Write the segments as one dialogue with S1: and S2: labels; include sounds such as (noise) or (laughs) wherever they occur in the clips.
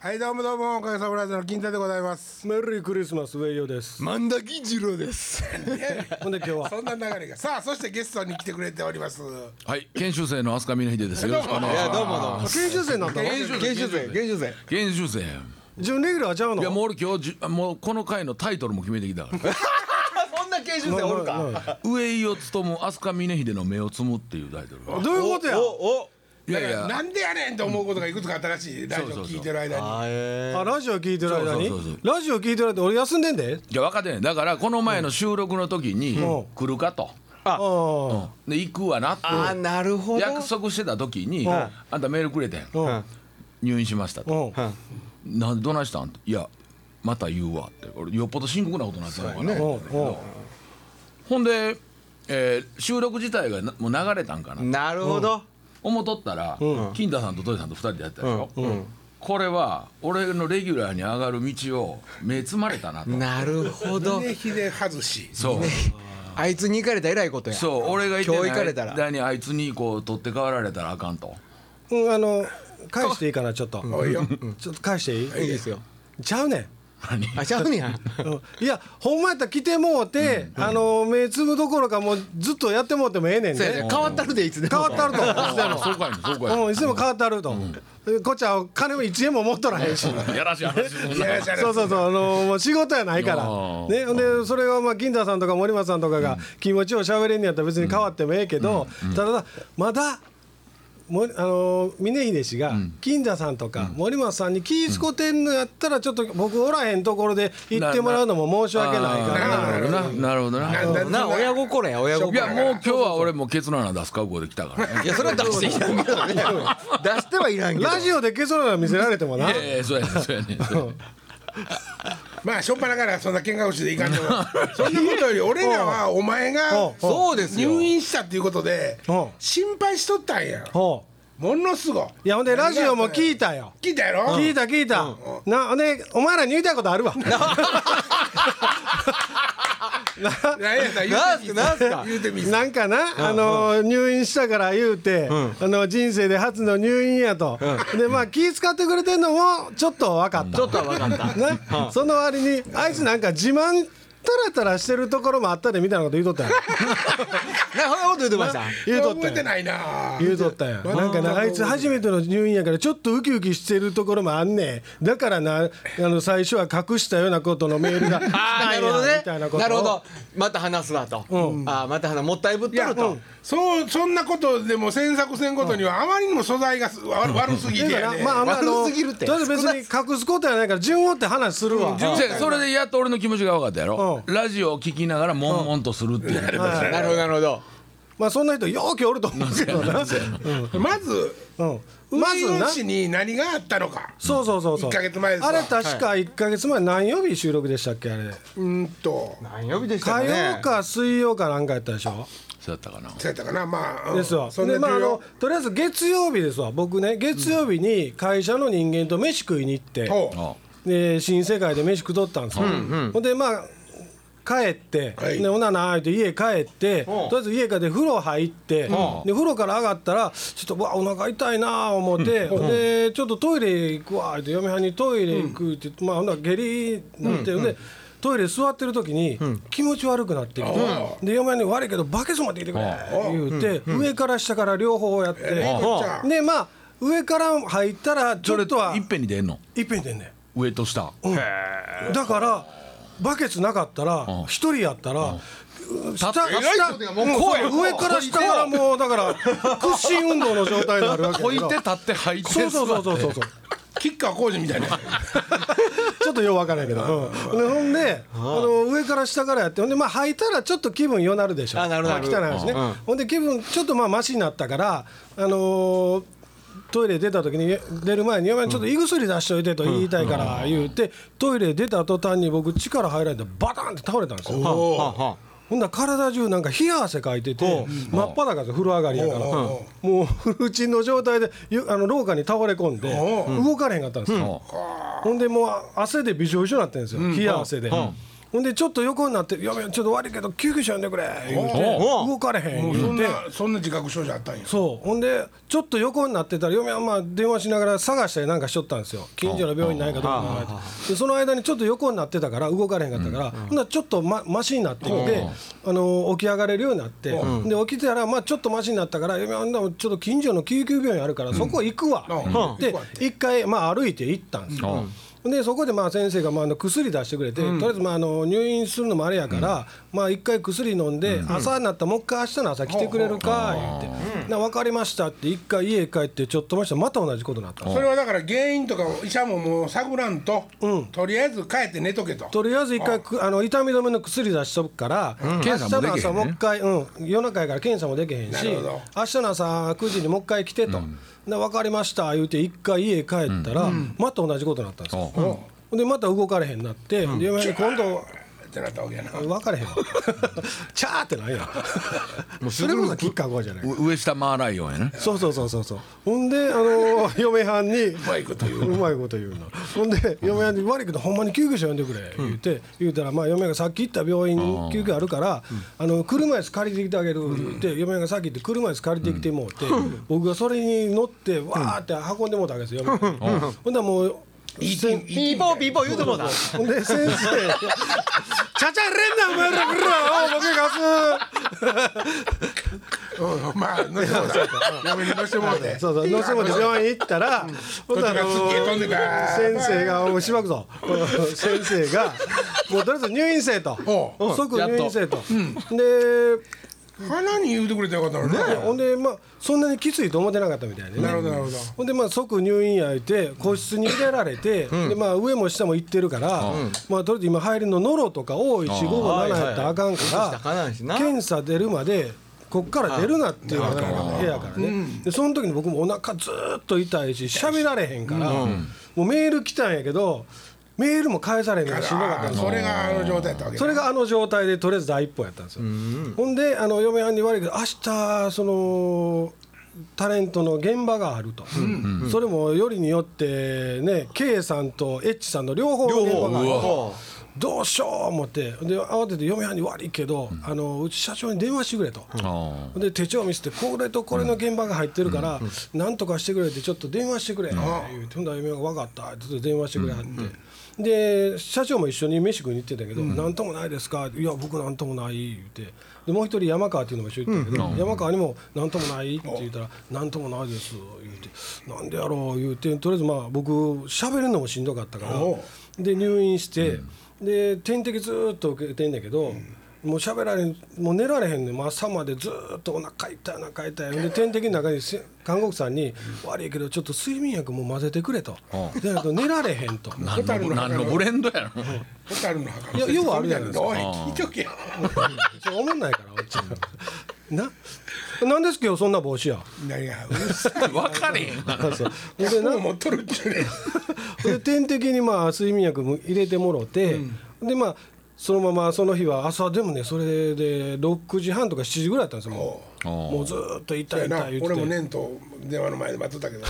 S1: はいどうもどうもおかげさまラジオの金太でございます
S2: メリークリスマス上与です。
S3: 万田銀次郎です。
S2: ほんで今日は
S1: そんな流れが (laughs) さあそしてゲストに来てくれております
S4: はい、研修生の飛鳥峰
S3: (laughs)
S4: 秀です。よろしくお願いします。
S2: 研修生になったの。
S3: 研修生、研修生。
S4: 研修生。い
S2: 自分レギュラーちゃうの。
S4: や、もう俺今日じ、もうこの回のタイトルも決めてきたから。
S3: (laughs) そんな研修生おるか。
S4: 上井を務む飛鳥峰秀の目をつむっていうタイトル。
S2: どういうことや。
S3: お、
S4: いやい
S1: だから
S4: や、
S1: なんでやねんと思うことがいくつかあったらしいラジオ聞いてる間に
S3: あえ。
S2: あラジオ聞いてる間に
S4: そうそうそう
S2: ラジオ聞いてる間俺休んでんで。
S4: いや、分かってんねんだから、この前の収録の時に、来るかと。
S2: ああ。
S4: で、行くわなって。
S3: あ、なるほど。
S4: 約束してた時に、あんたメールくれてん。
S2: うん。
S4: 入院しましたと。
S2: うん。
S4: なん、どないしたん。いや、また言うわって、俺よっぽど深刻なことになってるのかな。
S2: うん。うん。
S4: ほんで、えー収録自体がなもう流れたんかな。
S3: なるほど。
S4: 思っとったら、金田さんと土井さんと2人でやってたでしょ、これは俺のレギュラーに上がる道を目つまれたなと
S3: なるほど。
S1: ねひで外し
S4: そう
S3: あいつに行かれたらえらいことや。
S4: そう俺がいて
S3: 今日行かれたら
S4: 間にあいつにこう取って代わられたらあかんと
S2: うんあの返していいかなちょっと。
S1: おいよ
S2: ちょっと返していい。
S3: いいですよ。
S2: ちゃうねん。
S4: 何
S3: あ、ちゃうんや。
S2: うんいやほんまやったら来てもうて、あの目つぶどころかもうずっとやってもうてもええねん
S3: そうや
S2: で
S3: ね変わったるでいつでも。
S2: 変わったると
S4: あそうかいなそうかい
S2: うんいつも変わったると、こっちは金も1円も持っとらへんし
S4: なやらしい話すん
S1: い
S4: な
S1: やらしい話
S2: そうそうそう、あのもう仕事やないから
S4: あ。ー
S2: ね、ほんで、それがまあ、金田さんとか森松さんとかが気持ちを喋れんのやったら別に変わってもええけど、ただ、まだ、もあの峰秀氏が金田さんとか森松さんに気ぃ使ってんのやったらちょっと僕おらへんところで行ってもらうのも申し訳ない
S1: な
S2: から
S4: あーなるほどななるほど
S1: な
S4: な
S1: ん
S3: な、親心や、親
S4: い
S3: 心。
S4: やもう今日は俺もうケツの穴出す覚悟で来
S2: (laughs)
S4: たからね
S3: いや、それは出していらんけどね。出してはいらんけど。
S2: ラジオで消そうなの見せられてもない
S4: やいやそうやねそうやねそうやね
S1: まあしょっぱなからそんな喧嘩腰でいかんと思うそんなことより俺らはお前
S2: う
S1: が
S2: ん
S3: そうですよ
S1: 入。院したっていうことで
S2: うん
S1: 心配しとったんや
S2: ほう
S1: ものすご
S2: いやほんでラジオも聞いたよ
S1: 聞いたやろ
S2: 聞いた聞いた、なほんでお前らに言いたいことあるわ
S1: 何やったら言う
S3: なん
S1: てみ
S3: すか、なんすか。
S1: 言うてみ
S2: なんかな、あの入院したから言うて、あの人生で初の入院やと、でまあ気使ってくれてんのもちょっと分かった、
S3: ちょっとは分かった。
S2: なその割にあいつなんか自慢たらたらしてるところもあったでみたいなこと言うと
S3: (laughs)
S2: ったんや
S3: な、そんなこと言ってました。
S2: 言うとっ
S1: 覚
S2: た
S1: え
S2: ん
S1: て
S2: や
S1: ないな
S2: 言うとったんやなんかなあいつ初めての入院やからちょっとウキウキしてるところもあんねんだからなあの最初は隠したようなことのメールが来
S3: (laughs)
S2: た
S3: ああ、なんるほど
S2: や
S3: ね
S2: みたいなこと。を
S3: なるほど。また話すわと。ああ、また話、もったいぶっと
S1: いや
S3: ると。
S1: そうそんなことでも詮索せんことにはあまりにも素材がす悪悪すぎて
S2: だか
S1: や
S2: ら
S1: ね
S2: まああんまあの
S3: 悪すぎるって
S2: とりあえず別に隠すことやないから順を追って話するわ、
S4: せやそれでやっと俺の気持ちが分かったやろラジオを聞きながら悶々とするっていうのが
S3: なるほど、なるほど。
S2: まあそんな人ようけおると思うけどな。
S1: まず
S2: うん、ま
S1: ま
S2: ず
S1: ず
S2: な。
S1: 市に何があったのか
S2: そうそうそうそう。
S1: 一ヶ月前ですわ
S2: あれ確か一ヶ月前何曜日収録でしたっけあれ。
S1: うーんと
S3: 何曜日でしたか
S2: 火
S3: ね。
S2: 曜か水曜かなんかやったでしょ。
S4: そうやったかな
S1: そうやったかなまあ、うん
S2: ですわ。
S1: そん
S2: で
S1: な
S2: まああ
S1: 重要
S2: のとりあえず月曜日ですわ。僕ね月曜日に会社の人間と飯食いに行って、
S1: ほう
S4: あ
S2: で新世界で飯食っとったんですよ。ほんでまあ。帰って、
S1: はい
S2: でほななーって家帰って、とりあえず家帰って風呂入って、で風呂から上がったらちょっとうわお腹痛いなー思って、でちょっとトイレ行くわーって嫁はんにトイレ行くって、まあほんなら下痢なんて、でトイレ座ってる時に気持ち悪くなってきて、で嫁はんに悪いけどバケツ持ってきてくれ言うて、上から下から両方やって、
S1: こっちゃ
S2: でまあ上から入ったらち
S4: そ
S2: ょ
S4: れ
S2: っとはい
S4: っぺんに出んの
S2: いっぺんでねん
S4: 上と下
S2: だからバケツなかったら一人やったら下下
S4: 立
S2: うんそう上から下からもうだから屈伸運動の状態になるわけや
S4: こ
S2: け
S4: い
S2: ど
S4: て立って吐いて
S2: そうそうそうそう
S4: 座
S2: そ
S4: っ
S2: う
S4: て
S2: そう
S1: 吉川浩司みたいな
S2: (laughs) ちょっとよう分からんけど、うん、でほんであの上から下からやってほんでまあ履いたらちょっと気分よなるでしょ
S3: あなるなる
S2: まあ汚い話ね、ほんで気分ちょっとまあマシになったからあのートイレ出た時に出る前に「嫁にちょっと胃薬出しといて」と言いたいから言うてトイレ出た途端に僕力入られてバタンって倒れたんですよ
S3: はあは
S2: ほんだら体中なんか冷や汗かいてて真っ裸ですよ風呂上がりやからもうフルチンの状態でゆあの廊下に倒れ込んで動かれへんかったんですよ
S4: うん
S2: ほんでもう汗でびしょびしょになってるんですよ冷や汗で。ほんでちょっと横になって「嫁ちょっと悪いけど救急車呼んでくれ」言うて
S3: おう
S2: 動かれへん
S1: もう
S2: 言
S1: そ
S2: うんて
S1: なそんな自覚症状あったんや
S2: そうほんでちょっと横になってたら嫁はまあ電話しながら探したりなんかしとったんですよ近所の病院ないかどうか考えてでその間にちょっと横になってたから動かれへんかったから、ほんならちょっとまマシになってきて、あの起き上がれるようになって、で起きてたらまあちょっとマシになったから嫁はんならちょっと近所の救急病院あるからそこ行くわ、
S1: うん
S2: で一回まあ歩いて行ったんですよ、
S4: うん
S2: でそこでまあ先生がまああの薬出してくれて、とりあえずまああの入院するのもあれやから、まあ一回薬飲んで、朝になったらもう一回明日の朝来てくれるか言って、な分かりましたって一回家帰ってちょっとましたらまた同じことになったんです
S1: それはだから原因とかを医者ももう探らんと、とりあえず帰って寝とけと
S2: とりあえず一回くあの痛み止めの薬出しとくから、明日
S4: 検査もで
S2: の
S4: きへんね
S2: 朝もう一回、うん、夜中やから検査もできへん
S1: な
S2: し
S1: るほど
S2: 明日の朝9時にもう一回来てと、で分かりました言うて一回家帰ったら、また同じことになったんですよ、
S4: うん
S2: でまた動かれへんなって、で嫁に今度
S1: ってなったわけやな
S2: 分かれへんわ (laughs) チャーってなん (laughs) や
S3: もうす
S2: そ
S3: ぐ
S2: れこそきっかこじゃないう
S4: 上下回らんようやね
S2: そうそうそうそうそうほんであの (laughs) ー嫁はんにう
S1: まいこと言う
S2: まいこと言うなほんで嫁はんに「悪いけどほんまに救急車呼んでくれ」言うて言うたらまあ嫁がさっき行った病院に救急あるからあの車椅子借りてきてあげる言うて嫁がさっき行って車椅子借りてきてもうて僕がそれに乗ってわーって運んでもうたわけですよ嫁がほんだらもう
S1: いいティー
S3: ピーポーピーポー言うてもうた
S2: ほんで先 (laughs) 生ちゃちゃれんなお前ら来るわおボケガ (laughs) ス
S1: うんまあ乗
S2: (laughs)
S1: せてもうたやめに乗せてもうて
S2: そうそう、のせもで病院行ったら、ほんならあの
S1: こっちがすっげえ飛んでた
S2: 先生が、もうしばくぞ、先生が、もうとりあえず入院生と、
S1: お
S2: 即入院生と、で、
S1: 鼻に言うてくれてよかったのにね
S2: ほんで、まあ、そんなにきついと思ってなかったみたいでね
S1: な。るほどなるほど
S2: ほんでまあ即入院やいて個室に入れられて、でまあ上も下も行ってるから、まあとりあえず今入りのノロとか多いし午後7やったらあかん
S3: はい
S2: か
S3: はいはいそうしたらあからんしな
S2: 検査出るまでこっから出るなっていう部屋からねでその時に僕もお腹ずーっと痛いし喋られへんから、もうメール来たんやけどメールも返されへんからしんどかったん
S1: あ
S2: ですよ
S1: それがあの状態やったわけ
S2: それがあの状態でとりあえず第一歩やったんですよ、ほんであの嫁はんに悪いけど明日そのタレントの現場があると、それもよりによってね K さんと H さんの両方の現場がある
S4: 両
S3: 方うわ
S2: どうしよう思ってで慌てて嫁はんに悪いけど、あのうち社長に電話してくれと。
S4: あ
S2: で手帳見せてこれとこれの現場が入ってるからなんとかしてくれってちょっと電話してくれ言うてほんだら嫁が分かったって言って電話してくれはってで社長も一緒に飯食いに行ってたけど「なんともないですか?」いや僕なんともない」言うてでもう一人山川っていうのも一緒に行ったけど山川にも「なんともない?」って言ったら「なんともないです」言うて「なんでやろう?」言うてとりあえずまあ僕喋るのもしんどかったから
S1: お
S2: で入院してで点滴ずーっと受けてんだけどもう喋られんもう寝られへんねんもう朝までずーっとお腹痛いお腹痛いほんで点滴の中にせ看護婦さんに「悪いけどちょっと睡眠薬も混ぜてくれ」と「でないと寝られへん」と。
S4: あ何の何のブレンドやろ
S1: ホタルの墓
S2: いやようあるやないですか
S1: おい聞いとけよ
S2: そう思んないからおっちゃんななんですけどそんな帽子や (laughs)
S1: 何がうるさい
S4: 分かれへんな
S2: そうそうほんでな
S1: もう持っとるっちゅ
S2: (laughs)
S1: うねん
S2: で点滴にまあ睡眠薬も入れてもろて、でまあそのままその日は朝でもねそれで6時半とか7時ぐらいだったんですよもう
S4: おう
S2: もうずーっと痛い
S1: な
S2: 痛い言
S1: 俺
S2: っ
S1: も
S2: てて
S1: ねんと電話の前で待っとったけど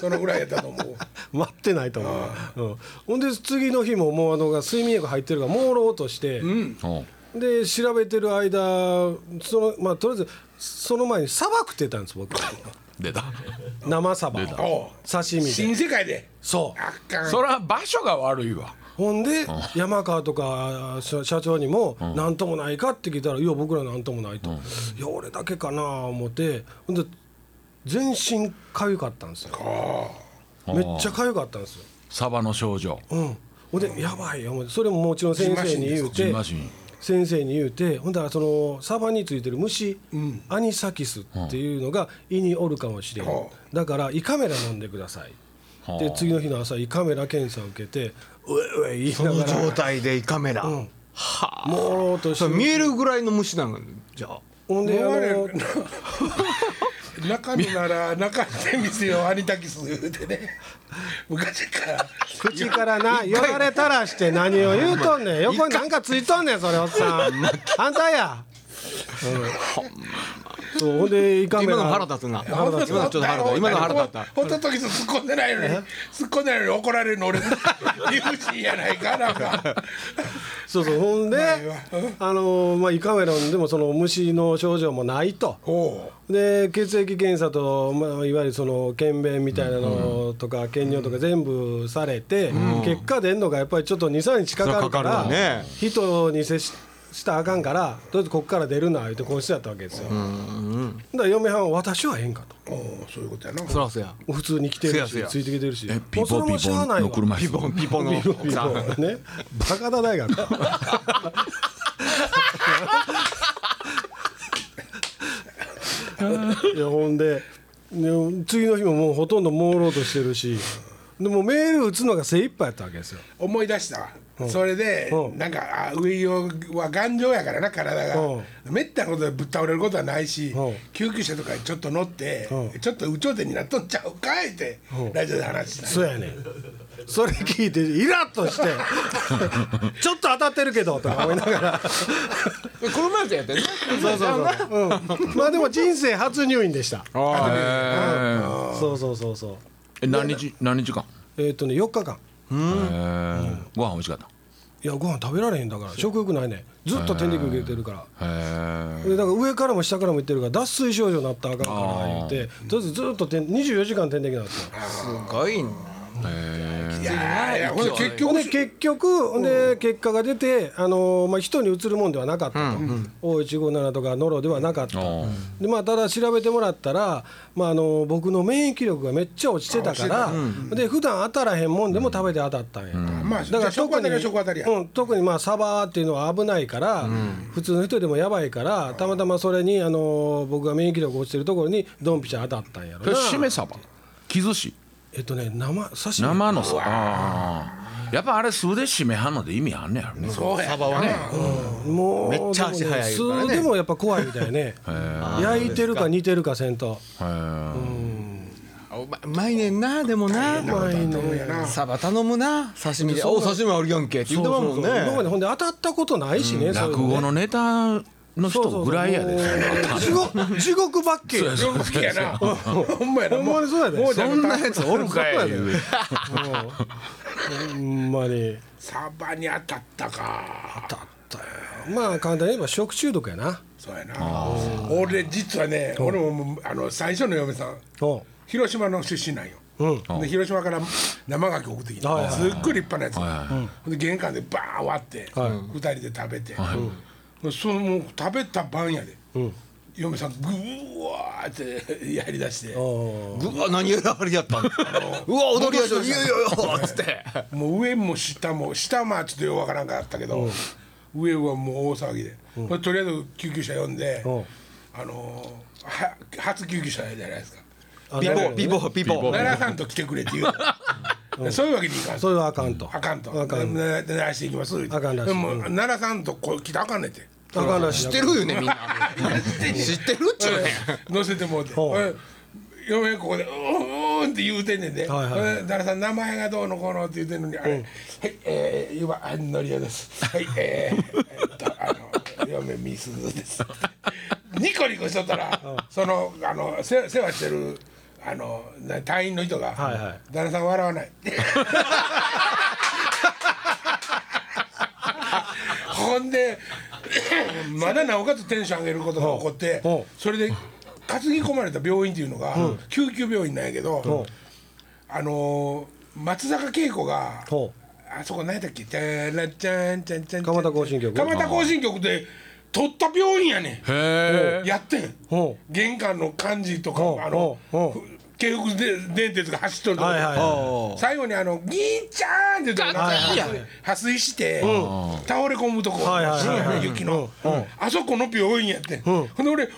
S1: そのぐらいやったと
S2: (laughs)
S1: 思う
S2: 待ってないと思う、うん、ほんで次の日ももうあの睡眠薬入ってるから朦朧として、
S4: おう
S2: で調べてる間そのまあとりあえずその前にさばくってたんです僕
S4: 出た
S2: 生サバ
S1: おう
S2: 刺身
S1: 新
S2: で
S1: 世界で
S2: そう
S1: あかん
S4: そら場所が悪いわ
S2: ほんで山川とか社社長にも「なんともないか?」って聞いたら「いや僕らなんともない」と「いや俺だけかな」思ってほんで全身痒かったんですよめっちゃ痒かったんですよ、
S4: サバの症状
S2: うん、ほんで「やばい」思ってそれももちろん先生に言う
S4: ジ
S2: て
S4: ンマシン
S2: 先生に言うてほんだらそのサバについてる虫、アニサキスっていうのが胃におるかもしれん、
S1: は
S2: だから胃カメラ飲んでください、
S4: はあ
S2: で次の日の朝胃カメラ検査を受けて「うえうえ」言いながら
S3: 状態で胃カメラ、
S2: 朦朧とし
S3: それ
S2: て
S3: 見えるぐらいの虫なんかじゃあ
S2: ほんで
S1: で
S2: あ
S1: あれ
S2: の
S1: (laughs) 中野なら中で店よアニタキス言うてね昔から
S2: 口からな呼ばれたらして何を言うとんねん横になんかついとんねんそれおっさん反対やうんそうほんで胃カメラ
S3: 今の腹立つな
S2: 腹立つ
S3: 今のちょっと腹立つ今の腹立った
S1: ホタトキス突っ込んでないのに突っ込んでないのに怒られるの俺理不尽やないかなんか
S2: そうそうほんで
S1: 前はうん
S2: あのまあ胃カメラでもその虫の症状もないと
S1: お
S2: で血液検査と、まあ、いわゆるその検便みたいなのとか検尿とか全部されて、結果出るのがやっぱりちょっと23日かかるから
S3: かかるわね
S2: 人に接ししたらあかんからとりあえずここから出るな言うてこうしてやったわけですよ。だから嫁はんは私はええんか
S1: おおうそういうことやな
S3: そらそや
S2: と普通に来て
S3: せ
S2: る
S3: やせ
S2: し
S3: や
S2: ついてきてるし
S4: えピ
S2: もうそ
S4: ポ
S2: れも
S4: ピ
S2: しゃあ
S4: ポ
S2: ない
S4: の
S2: わ
S4: 車椅
S3: ピ
S4: 子
S3: ポンピポンの奥さ (laughs) ん
S2: ね、バカだ大学。いやほんでね次の日ももうほとんど朦朧としてるしでもメール打つのが精一杯やったわけですよ。
S1: 思い出したわそれで、
S2: うん
S1: なんかあ上用は頑丈やからな体が、
S2: うん
S1: めったなことでぶっ倒れることはないし、
S2: うん
S1: 救急車とかにちょっと乗って、
S2: うん
S1: ちょっと有頂天になっとっちゃうかいって、ラジオで話した
S2: そうやねんそれ聞いてイラッとしてちょっと当たってるけどとか思いながら
S3: この前やったよね
S2: そうそうそう、うん、まあでも人生初入院でした
S4: えー
S2: そうそうそうそう
S4: え何日何日間
S2: えっ、とね4日間
S4: えーご飯美味しかった
S2: いやご飯食べられへんだから食欲ないねずっと点滴受けてるから、
S4: へえ
S2: でだから上からも下からも言ってるから脱水症状になったらあかんから言ってとりあえずずっと点24時間点滴なんですよ
S3: すごいな
S1: のいやーいやほんで結
S2: ほん
S1: 局
S2: で結局ほんで結果が出て、あのーまあ、人にうつるもんではなかったと、O157 とかノロではなかった、
S4: うん
S2: でまあ、ただ調べてもらったら、まあ、あのー僕の免疫力がめっちゃ落ちてたから、で普段当たらへんもんでも食べて当たったんや、
S1: まあじゃあ食当たりは食当たりや、
S2: うん、特にまあサバっていうのは危ないから、普通の人でもやばいからたまたまそれに、あのー僕が免疫力落ちてるところにドンピシャ当たったんやろ
S4: それ
S2: な
S4: しめ鯖木寿司
S2: えっとね生刺身
S4: 生のさあーやっぱあれ素で締めはんのって意味あんねやろね
S1: そうや
S3: サバはね
S2: もう
S3: めっちゃ足早い
S2: で
S3: か
S2: も
S3: らね
S2: ね酢でもやっぱ怖いみたいね焼いてるか煮てるかせんと
S4: へー
S3: お前うまいねんなでもな
S2: 怖いね
S1: そうやな
S3: サバ頼むな刺身で「お刺身あるやんけ」って言ってたもんね
S2: 今までほんで当たったことないしね、そういう
S4: 落語のネタの人ぐらいやで
S2: そうそうそ
S4: (laughs)
S2: うもう地獄地獄ばっけ
S4: そうやそう
S1: 好きやな (laughs) ほんまやな
S2: ほんまにそうやで
S1: もうじゃ
S4: そ
S1: あ
S4: んなやつおるかい
S2: そうやでほんまに
S1: サバに当たったか
S2: 当たったよまあ簡単に言えば食中毒やな
S1: そうやな俺実はね俺ももうあの最初の嫁さん
S2: お
S1: 広島の出身なんよ、
S4: ん
S1: で広島から生牡蠣送ってきて、
S2: はいはいはい
S1: すっごい立派なやつ、
S4: はいは
S1: で玄関でバーン割って、
S2: はい
S1: 二人で食べて、でそのもう食べた晩やで、嫁さんぐわーってやりだして
S2: お
S3: うわ何やらあれやったんだ (laughs) うわ踊りやしょいやいやいやつって
S1: もう上も下も下もちょっとようわからんかったけど、上はもう大騒ぎで、まあとりあえず救急車呼んで、
S2: うん
S1: あのーは初救急車じゃないですか
S2: あ
S3: ピ
S2: なるほどね
S3: ポピポピポ
S1: 奈良さんと来てくれって言う、そういうわけにいかん
S2: それはあかんと
S1: あかんと。
S2: あかん
S1: なななしていきます。
S2: あかんらしい
S1: でも奈良さんとこう来たらあかんねんて。
S2: だから
S3: 知
S2: 知
S3: っ
S2: ってて
S3: る
S2: る
S3: よねみんな (laughs) 知ってるっちゅうねん
S1: 乗せてもうて。
S2: ほう
S1: え嫁ここで「うーん」って言うてんねんで
S2: はいはいはい
S1: え奈良さん名前がどうのこうの」って言うてんのに「あれはいえー今あのりおです」「はいえーえーっとあの嫁みすず
S2: (laughs)
S1: です」ニコニコしとったらそのあのせ世話してるあのな隊員の人が
S2: はいは
S1: 「旦那さん笑わ
S2: (laughs)
S1: ない」ほんでまだなおかつテンション上げることが起こって
S2: ほう
S1: それで担ぎ込まれた病院っていうのが救急病院なんやけどあのー松坂慶子が
S2: ほう
S1: あそこ何やったっけチャラチャンチャンチャンチャン
S2: 蒲田行進曲
S1: 蒲田行進曲で取った病院やね
S4: へえ
S1: んやってん
S2: ほ
S1: 玄関の漢字とか
S2: ほう
S1: あの
S2: ほうほ
S1: 京北電鉄が走っとるとこ
S2: はいはいは
S1: 最後にあのギーちゃんって言うとこ
S3: ガッチャ
S1: な
S3: ン
S1: んか破水して倒れ込むとこ
S2: はいはいはいはい
S1: 雪のあそこの病院やってほんで俺「う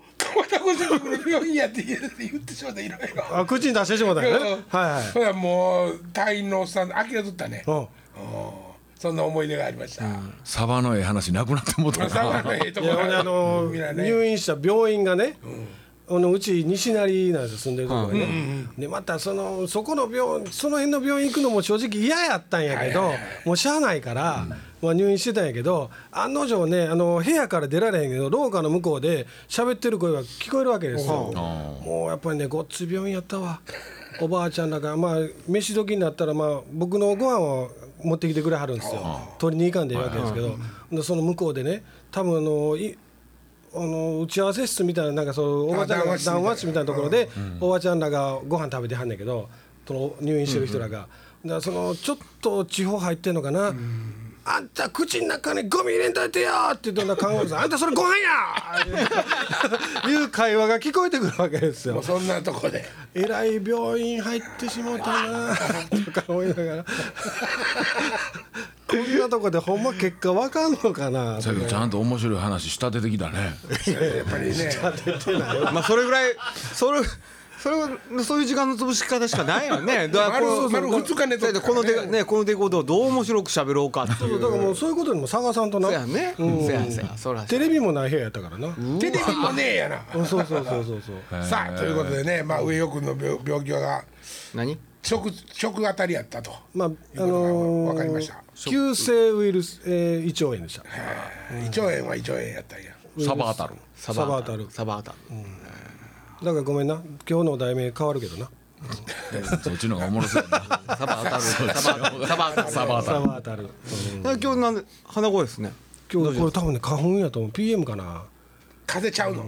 S1: お蒲田五千石の病院や」って言う言ってしまったいろいろ。
S2: あ口に出してしまったよね
S1: うん
S2: はいはい
S1: それはもう隊員のおっさん呆れとったね
S2: うん
S1: そんな思い出がありました、
S4: サバのええ話なくなってもうた (laughs)
S1: サバ
S4: な
S1: のええと
S2: い
S1: こ
S2: やほんであ (laughs) の
S1: みんなね
S2: 入院した病院がねあのうち西成なんですよ住んでるところがねでまたそのそこの病その辺の病院行くのも正直嫌やったんやけどもうしゃあないからまあ入院してたんやけど案の定ねあの部屋から出られへんけど廊下の向こうで喋ってる声が聞こえるわけですよもうやっぱりねごっつい病院やったわおばあちゃんだからまあ飯時になったらまあ僕のご飯を持ってきてくれはるんですよ取りに行かんでいいわけですけど、でその向こうでね多分あのいあの打ち合わせ室みたいななんかそのおばちゃん
S1: あ
S2: が
S1: 談
S2: 談
S1: 話
S2: 話
S1: 室
S2: 室
S1: み
S2: み
S1: た
S2: た
S1: い
S2: い
S1: な
S2: なところで、おばちゃんらがご飯食べてはんねんけどその入院してる人らが、だからそのちょっと地方入ってんのかな、あんた口の中にゴミ入れんといてよって言った看護婦さん「あんたそれご飯や!」いう会話が聞こえてくるわけですよ
S1: もう。そんなとこ
S2: (laughs)
S1: で
S2: えらい病院入ってしもうたなとか思いな (laughs) がらこんなとこでほんま結果わかんのかな
S4: さっきちゃんと面白い話仕立ててきたね
S1: やっぱりね
S3: (laughs) まあそれぐらいそれそれはそういう時間の潰し方しかないよね。だからこの
S1: 丸丸二日寝とったからね
S3: このでねこのデコードをどう面白く喋ろうかって
S2: そう
S3: い
S2: そう
S3: う。
S2: だからもうそういうことにも探さんとな
S3: そやね。そやそや。そら。
S2: テレビもない部屋やったからなうん
S1: テレビもねえやな
S2: そうそうそうそうそう
S1: さあということでね、まあ、上与君の病病気が
S3: 何？
S1: 食食あたりやったと
S2: まああ
S1: いうこと
S2: の
S1: が
S2: ー
S1: 分かりました
S2: 急性ウイルス、えー、胃腸炎でした
S1: 胃腸炎は胃腸炎やったんや
S4: サバ当たる
S3: サ
S2: バータル
S3: サバータル。
S2: だからごめんな今日のお題名変わるけどな
S4: そっちの方がおもろそうやな
S3: サバータル。サバータル。サバータル。
S4: サバ当た
S2: サ
S4: る
S2: バータル、うん
S3: 今日なんで鼻声ですね。
S2: 今日これ多分ね花粉やと思う PM かな
S1: 風邪ちゃうの、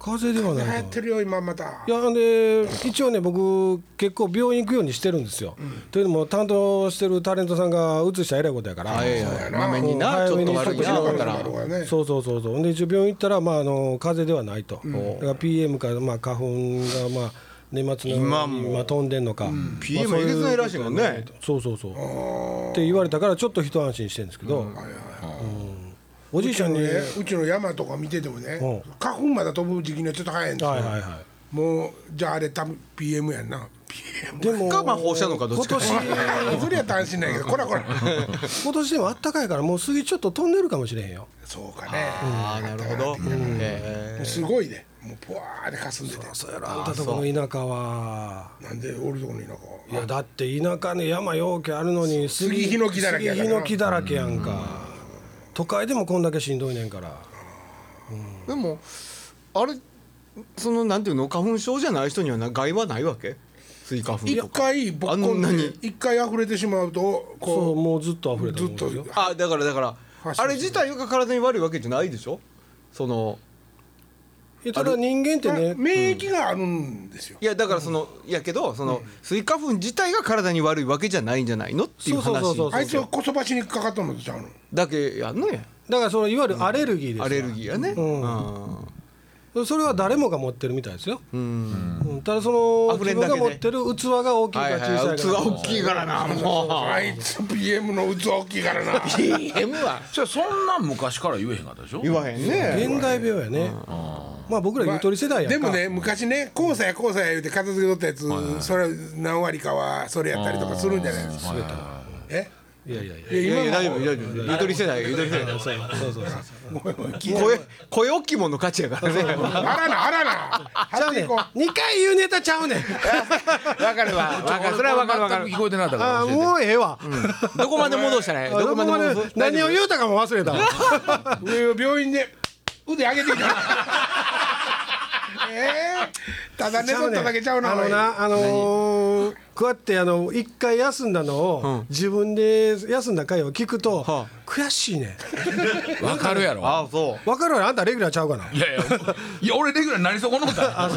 S2: 風邪では
S1: 流
S2: ない
S1: 行
S2: と
S1: ってるよ今また
S2: いやで一応ね僕結構病院行くようにしてるんですよ。というのも担当してるタレントさんがうつしたらえらいことやから、
S3: あいやい
S1: そうや
S3: や。
S1: な
S3: まめになちょっと悪いなほんなら。
S1: がね
S2: そうそうそうそうで一応病院行ったら、まあ、あの風邪ではないと、だから PM か、まあ、花粉が、まあ、年末の
S3: 今も
S2: 今飛んでんのか、
S3: PM えげつないらしいもんね。
S2: そうそうそうって言われたからちょっと一安心してるんですけど、うんおじいちゃんに、
S1: ねうちの山とか見ててもね、
S2: うん
S1: 花粉まだ飛ぶ時期にはちょっと早いんですよ、
S2: はいはいは
S1: もうじゃああれ多分 PM やんな PM
S2: い、でも
S3: かまあ放射能かどっちか
S2: 今年
S1: それやったら安心ないけどこらこら
S2: 今年でもあったかいからもう杉ちょっと飛んでるかもしれへんよ。
S1: そうかね
S3: ああなるほど。ええ
S1: すごいねもうぽわーってかすんでて
S2: そうやろあんたとこの田舎は。
S1: なんで俺とこの田舎
S2: いやだって田舎に山陽気あるのに
S1: 杉ヒノキだらけやから
S2: 杉ヒノキだらけやんか都会でもこんだけしんどいねんから
S3: でもあれそのなんていうの花粉症じゃない人にはな害はないわけ？スイカ粉
S1: 一
S3: とか。
S1: 回ぼっ
S3: あ
S1: こん
S3: んな
S1: で
S3: に
S1: 一回溢れてしまうと
S2: そう
S1: こ
S2: もうずっと溢れ
S1: う
S2: た
S1: ず
S2: も
S1: っ
S2: ん
S1: と
S2: よ
S3: あだからだから
S1: 発症する
S3: あれ自体が体に悪いわけじゃないでしょ。その
S2: えただ人間ってね
S1: 免疫があるんですよ
S3: いやだからその、やけどその、スイカ粉自体が体に悪いわけじゃないんじゃないのってい
S2: そ
S3: う
S2: うそうそうそう
S3: 話
S1: あいつはこそばしにかかったのとちゃうの
S3: だけやんね
S2: だからそのいわゆるアレルギーです
S3: アレルギーやね。うん。
S2: それは誰もが持ってるみたいですよ、
S3: うん
S2: うんただその
S3: 溢れ
S2: 自
S3: んだ
S2: 分
S3: け
S2: が
S3: で
S2: 持ってる器が大きいか
S3: はい
S2: 小さい
S3: は
S2: か
S3: い。器大きいからなも
S1: (laughs)
S3: う。
S1: あいつ PM の器大きい
S2: (laughs)
S1: からな
S3: M は
S4: じゃあ (laughs) そんなん昔から言えへんかったでしょ
S3: 言わへんね。
S2: 現代病やねまあ僕らゆとり世代やん
S1: で
S2: か
S1: もね昔ねこうさやこうさや言うて片付けとったやつ、それ何割かはそれやったりとかするんじゃないですか、え
S2: いやいやいや
S1: いや
S3: いやいや
S1: 今
S3: 大丈
S1: も
S3: 夫大丈夫。ゆとり世代ゆとり世代。
S2: そうそうそう
S3: 声声大きいもんの価値やからね。
S1: あらなあらな
S2: ちゃ
S1: 貼って
S2: うね
S1: い
S2: ん
S1: こう
S2: 2回言うネタちゃうねん
S3: わかるわ。わかる。それはわかるわかる
S4: 全。く聞こえてなかったか
S2: (laughs)
S4: ら
S2: ああ
S4: 教えて
S2: もうええわ
S3: どこまで戻したらいい
S2: あ
S3: どこまで戻す。
S2: 何を言うたかも忘れ
S3: (laughs)
S2: たわ
S1: 上を病院で腕上げ
S2: (laughs)
S1: てきたえー、ただ寝とっただけちゃうな
S2: あ
S1: お
S2: の
S1: い
S2: なあのーこうやってあの一回休んだのを自分で休んだ回を聞くと
S3: はあ
S2: 悔しいね
S4: わかるやろ
S3: ああそ
S2: 分かるわねあんたレギュラーちゃうかない
S4: やいやいや俺レギュラーになり損のった
S1: あの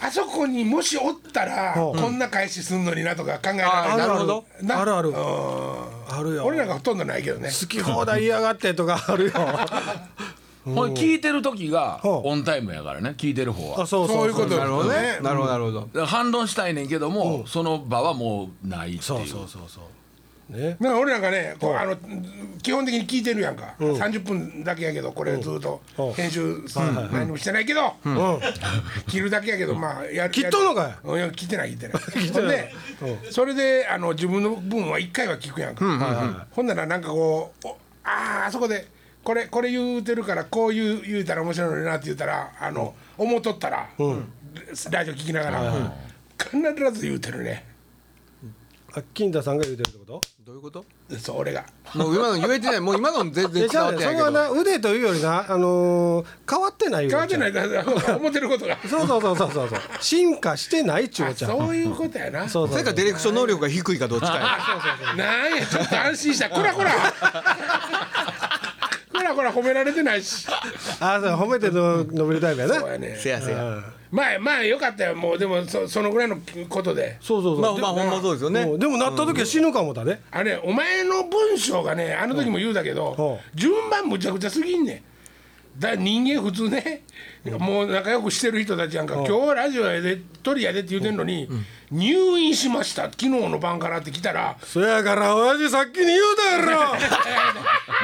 S1: あそこにもしおったらこんな返しすんのになとか考えなが
S3: あ
S1: ら
S3: なるほど
S1: な
S2: あるある
S1: うん
S2: あるよ
S1: 俺
S2: 好
S1: なんかほとんどないけどね
S2: き放題言いやがってとか (laughs) あるよ
S4: (laughs) ほんで聞いてる時が
S2: うん
S4: オンタイムやからね聞いてる方は
S2: あそう
S1: そう
S2: そう
S1: いうこと
S3: う。なるほどね。なるほどなるほど。
S4: だから反論したいねんけどもその場はもうないって
S2: そう
S4: いう
S2: そうそうそうね
S1: なんか俺なんかねこうあの基本的に聞いてるやんか、30分だけやけどこれずっと
S2: うん
S1: 編集す何もしてないけど、
S2: うん
S1: 切るだけやけどまあやる
S2: 切っとんのかい
S1: やるいや切ってない切
S2: (laughs)
S1: ってないほんでそれであの自分の分は1回は聞くやんか、ほんならなんかこうおあーあそこでこれこれ言うてるからこう言う言うたら面白いのになって言ったらあの思っとったら、ラジオ聞きながら、必ず言うてるね
S2: あ金田さんが言うてるってこと
S3: どういうこと
S1: そう俺が
S3: もう今の言えてないもう今の全然
S2: で
S3: 伝わって
S2: そ
S3: ない
S2: れ
S3: け
S2: は
S3: ど
S2: な腕というよりな、あのー変わってないよ
S1: 変わってない (laughs) から思ってることが
S2: そうそうそうそうそうそう進化してないっちゅう
S1: あ
S2: こちゃん
S1: そういうことやな
S2: (laughs) そう
S3: そ
S2: そう
S3: れかディレクション能力が低いかどっちかや
S1: なんやちょっと安心したこら
S2: (laughs)
S1: こらこらこら褒められてないし
S2: あそう褒めての伸びるタイプやな
S1: そうやね
S3: せやせや
S1: まあまあよかったよもうでもそそのぐらいのことで
S2: そうそうそう
S3: まあ
S2: で
S3: まあほんまそうですよ
S2: も
S3: ね
S2: うでもなった時は死ぬかもだね、
S1: あれお前の文章がねあの時も言うだけど、
S2: う
S1: 順番むちゃくちゃすぎんねんだ人間普通ね、もう仲良くしてる人たちやんか、今日ラジオやでトリやでって言うてんのに、入院しました昨日の晩からって来たら
S2: そやから親父さっきに言う (laughs) たやろ
S1: ね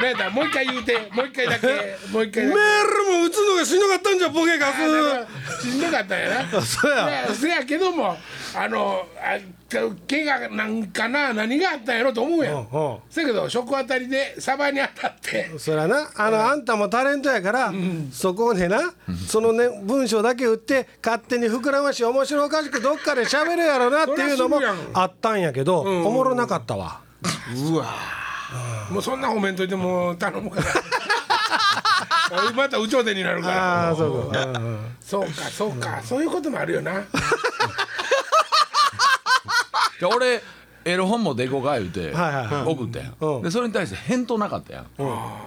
S1: えだからもう一回言うてもう一回だけもう一回
S2: メ
S1: だけ
S2: ールも打つのがしんどかったんじゃボケか
S1: あ
S2: す
S1: ーしんどかったんやな
S2: そうや
S1: ねそやけどもあのあ怪我なんかな何があったんやろと思うやん、
S2: うんうん
S1: そやけど食当たりでサバに当たって
S2: そらなあの、あんたもタレントやから、そこでな、その、ね、文章だけ売って勝手に膨らまし面白おかしくどっかで喋るやろなっていうのも
S1: そらするやん
S2: あったんやけど、おもろなかったわ。
S3: うわ
S1: もうそんな褒めんといてもう頼むからまた有頂天になるから
S2: ああそうかうんうん
S1: そうかそうか、そういうこともあるよな
S4: じゃあ俺エロ本もでこうか言うて
S2: はいはいはい
S4: 送ったや
S2: うん
S4: んでそれに対して返答なかったやん
S2: だか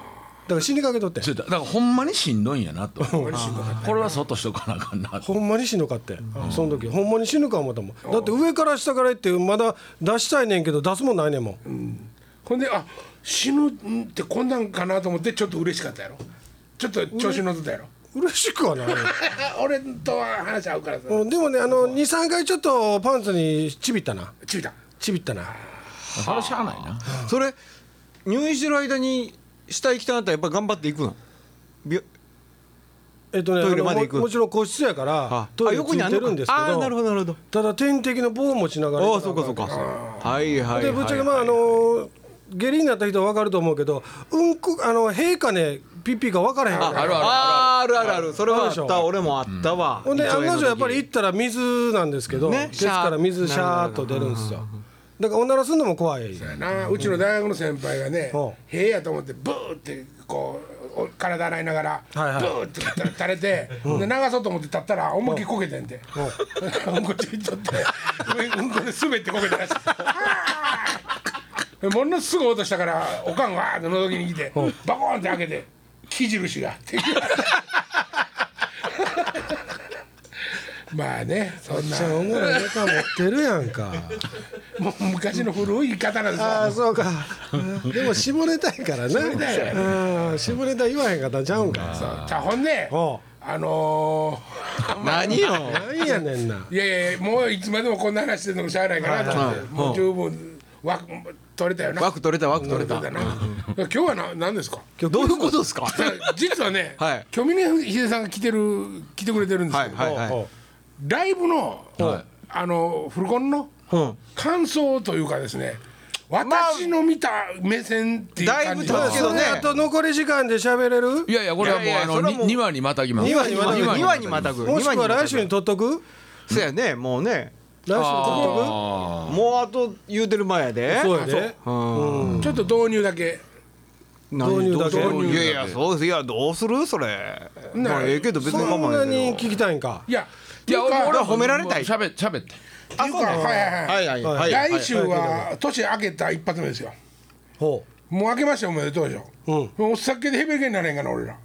S2: ら死にかけとって
S4: ちょっとだからほんまにしんどいんやなとこれはそっとしとかなあかんな
S2: ほんまに死ぬかって、その時ほんまに死ぬか思ったもんだって上から下から言ってまだ出したいねんけど出すもんないねんもん、
S1: ほんであ死ぬってこんなんかなと思ってちょっと嬉しかったやろちょっと調子乗ってたやろ
S2: 嬉しくはないよ
S1: 俺とは話合うからさ
S2: うんでもねあの23回ちょっとパンツにちびったな
S1: ちびた
S2: ちびったな
S4: それはしゃあないな
S3: それ入院してる間に下行きたなったらやっぱ頑張っていくのび
S2: えっとね
S3: トイレ
S2: あの
S3: まで行く
S2: ももちろん個室やから
S3: あ
S2: トイレつ
S3: 横にあ
S2: いてるんですけ
S3: あーなる
S2: ど
S3: ほどなるほど
S2: ただ点滴の棒を持ちながら
S3: ああそうかそうかはいはいはい
S2: でぶっちゃけまああの下痢になった人は分かると思うけどうんこあの陛下ねピッピーが分からへんから
S4: あるある
S3: あるあるあるそれはあ
S2: あるで
S3: っ
S2: したょ
S3: 俺もあったわ
S2: ほんで
S3: 一応
S2: 案の定やっぱり
S3: 絵の
S2: 行ったら水なんですけど、
S3: ね
S2: ですから水シャーっと出るんですよだからおならすんのも怖い
S1: だよなうちの大学の先輩がね
S2: う
S1: 「
S2: ん
S1: へえ」やと思ってブーってこうお体洗いながらブ
S2: はいはい
S1: ーって垂れてで流そうと思って立ったら思いっきりこけてんてうん (laughs) こちいっとってうんうんこで滑ってこけたらしいあーものすごい音したからおかんわーってのぞきに来てバコーンって開けて「木印が」って言う
S2: (laughs)
S1: まあねそんな
S2: じゃあおもろいネタ持ってるやんか
S1: もう昔の古い刀です
S2: (laughs) あ
S1: わ
S2: あそうかでも絞れたいからなうん絞れたい言わへんかったんちゃうんか
S1: そうじゃあほんで
S2: おう
S1: あのー、
S3: 何よ
S2: なんやねんない
S1: やいやもういつまでもこんな話してるのもしゃあないからと思って、
S3: はい
S1: もう十分枠取れたよな
S3: 枠取れた枠取れた
S1: 取れたな今日はな何ですか
S3: どういうことですかは
S1: 実はね、
S3: (laughs) はい
S1: 巨峰秀さんが来てる来てくれてるんですけ
S3: い
S1: ど、
S3: はい
S2: おうお
S3: は
S2: う
S1: ライブの、
S4: はい
S1: あのフルコンの
S3: いうん
S1: 感想というかですね私の見た目線っていう感じの、
S3: だい
S2: そ
S3: ぶけどね
S2: れあと残り時間で喋れる
S4: いやいやこれはい
S3: やいや
S4: もう
S3: そ
S4: あ
S3: れは
S4: の
S3: もう
S4: に2話にまたぎます
S3: 2話にまたぐ
S4: 二
S3: 2
S2: も
S3: 話にまたぐ
S2: しくは来週に
S3: と
S2: 取っとく
S3: そうやねもうね
S2: 来週に取っと
S4: あ
S3: もうあと言うてる前やで
S2: くそうやで
S3: うん
S1: ちょっと導入だけ
S3: 何
S2: 導入だけ
S3: どう
S2: 導
S3: い
S2: 入
S3: やいやそうですいやどうするそれ
S1: な
S3: まあええけど別に
S2: そん
S3: 構わ
S2: な
S3: ない
S2: に
S3: け
S2: 聞きたいんか
S1: いや
S4: いや
S1: っていうか
S4: 俺
S3: は褒められたい
S4: しゃべしゃべって
S1: あそうかはいはい
S3: どはいはいはいはい
S1: 来週は年明けた一発目ですよ
S2: ほ
S1: もう明けましておめでとうでし
S2: ううん
S1: ょお酒でヘベレケになれへんかな俺
S3: (laughs)
S1: ら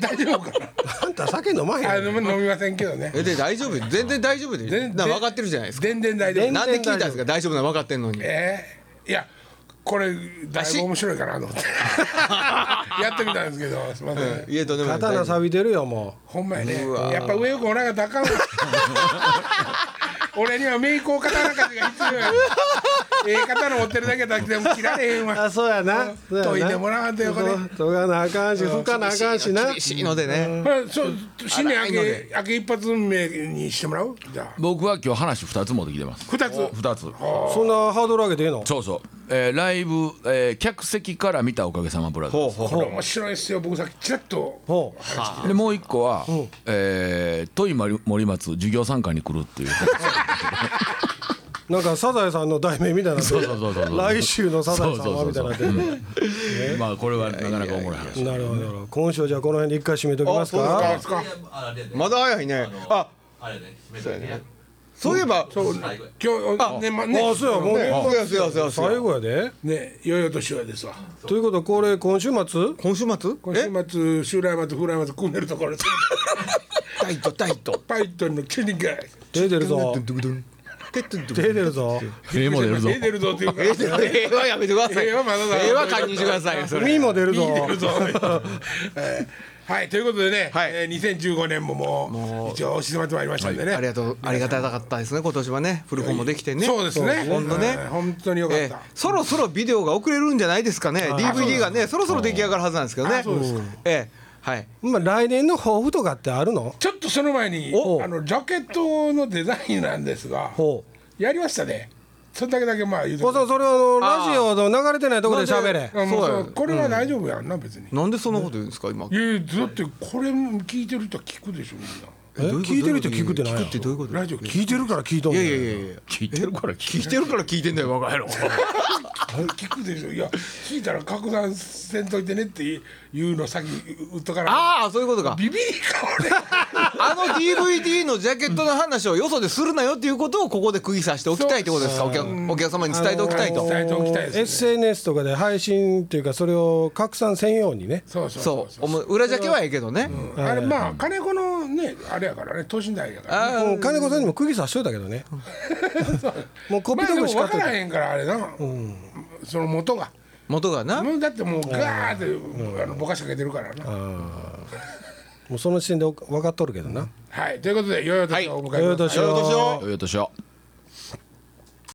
S1: 大丈夫かな
S2: あんた酒飲まへん
S1: あ
S2: やん
S1: 飲み飲みませんけどね
S3: えで大丈夫全然大丈夫で
S1: 全然
S3: な分かってるじゃないですか
S1: 全然大丈夫
S2: 全然
S3: なんで聞いたんですか大丈夫なの分かってんのに
S1: えーいやこれだいぶ面白いかな
S3: (laughs)
S1: と思ってやってみたんですけどすいません、
S3: いやとんでもない
S2: 刀錆びてるよも
S1: ほんまやね
S3: うわ
S1: やっぱ上よくお腹高い
S3: (laughs)
S1: 俺には名刀刀鍛冶が必要やええ刀持ってるだけだけでも切られへん
S2: う
S3: (laughs)
S1: わ
S2: あそうやなそうやな
S1: 研いでもらわんとよこれ
S2: そう研がなあかんし吹かなあかんしな
S3: 厳しいのでね
S1: ほらそう新年
S3: あらいい
S1: 明
S3: の
S1: け
S3: で
S1: 明け一発目にしてもらうじゃあ
S4: 僕は今日話2つ持ってきてます
S1: 二つ
S4: 2つ
S2: そんなハードル上げていいの
S4: そうそう、えーライブ、えー客席から見たおかげさまブラザ
S3: ほう
S4: ーズ
S3: ほう
S1: これ面白いですよ僕さっきちらっと
S2: ほう
S4: でもう一個は、 (laughs) えー、トイ森松授業参観に来るっていう
S2: なんかサザエさんの題名みたいな
S4: そうそうそうそう
S2: 来週のサザエさんはみたいな
S4: そうそうそうそううんまあこれはなかなかおもろい話
S2: なるほどなるほど今週はじゃあこの辺で一回締めときます
S3: あそう
S2: か
S3: で
S1: ですか
S5: あれやで
S3: まだ早いねあ
S5: あれやで決めとけや
S3: そういえば
S1: そう今
S5: 最後や
S1: 日年末ね
S2: あそうやもう
S3: ねそうやそうやそうやそう
S2: 最
S3: や
S2: 後やで
S1: ねよいよ年はですわ
S2: ということはこれ今週末
S3: 今週末
S1: 今
S3: え
S1: 週末襲来末風来末組んでるところです
S3: タイトタイト
S1: パイトンの筋肉が
S2: 出てるぞ出てるぞ
S4: ええも出るぞ
S1: 出てるぞっていうか
S3: ええはやめてください
S1: ええはまだだ
S3: ええは堪忍してくださいよそれ
S2: 海も出るぞ
S1: 出るぞえーはいということでね、
S3: はい
S1: えー、2015年ももう一応押し迫ってまいりましたんでね、
S3: ありがとうありがたかったですね今年はね古本もできてね
S1: そうですね
S3: 本当ね
S1: うん本当によかっ
S3: え
S1: た
S3: え、そろそろビデオが遅れるんじゃないですかね DVD がねそろそろ出来上がるはずなんですけどねええはい
S2: まあ来年の抱負とかってあるの
S1: ちょっとその前に
S2: お
S1: あのジャケットのデザインなんですが
S2: ほう
S1: やりましたねそれだけだけまあ言うと
S2: お
S1: く
S2: そそれはあのラジオの流れてないとこで喋れ
S1: あもう
S3: そう
S1: そ
S3: や
S1: うこれは大丈夫やんな別に
S3: なんでそんなこと言うんですか今
S1: いやいやだってこれ聞いてる人は聞くでしょみんな
S2: え聞いてる人聞くってない
S3: 聞くってどういうこと
S1: ラジオ聞
S2: 聞いてるから聞いとん
S3: い
S2: ね
S3: や
S2: ん
S3: いやいやいや
S4: 聞いてるから聞
S3: 聞いてるから聞いてんだよ若いの
S4: (laughs)
S1: 聞くでしょいや聞いたら拡散せんといてねっていうの先打っとから
S3: ああそういうことか
S1: ビビりか俺
S3: あの DVD のジャケットの話をよそでするなよっていうことをここで釘刺しておきたいってことですかお客お客様に伝えておきたいと
S1: 伝えておきたいですね
S2: SNS とかで配信っていうかそれを拡散せんようにね
S1: そうそう
S3: そ
S1: そうう
S3: おも裏ジャケはええけどね
S1: あれまあ金子のねあれやからね都心大やからね
S2: もう金子さんにも釘刺しといたけどね (laughs) もうコピ
S1: まあ
S2: ー
S1: で
S2: と
S1: も
S2: かしか
S1: 分
S2: っ
S1: か
S2: といた
S1: らへんからあれなその元が
S3: 元がな
S1: もうだってもうガーってあのぼかしかけてるからな
S2: もうその時点で分かっとるけどな
S1: はいということでよいよ年をお迎え
S2: よい
S1: く
S2: よ
S1: ださい
S2: 年を
S4: よいよとしよう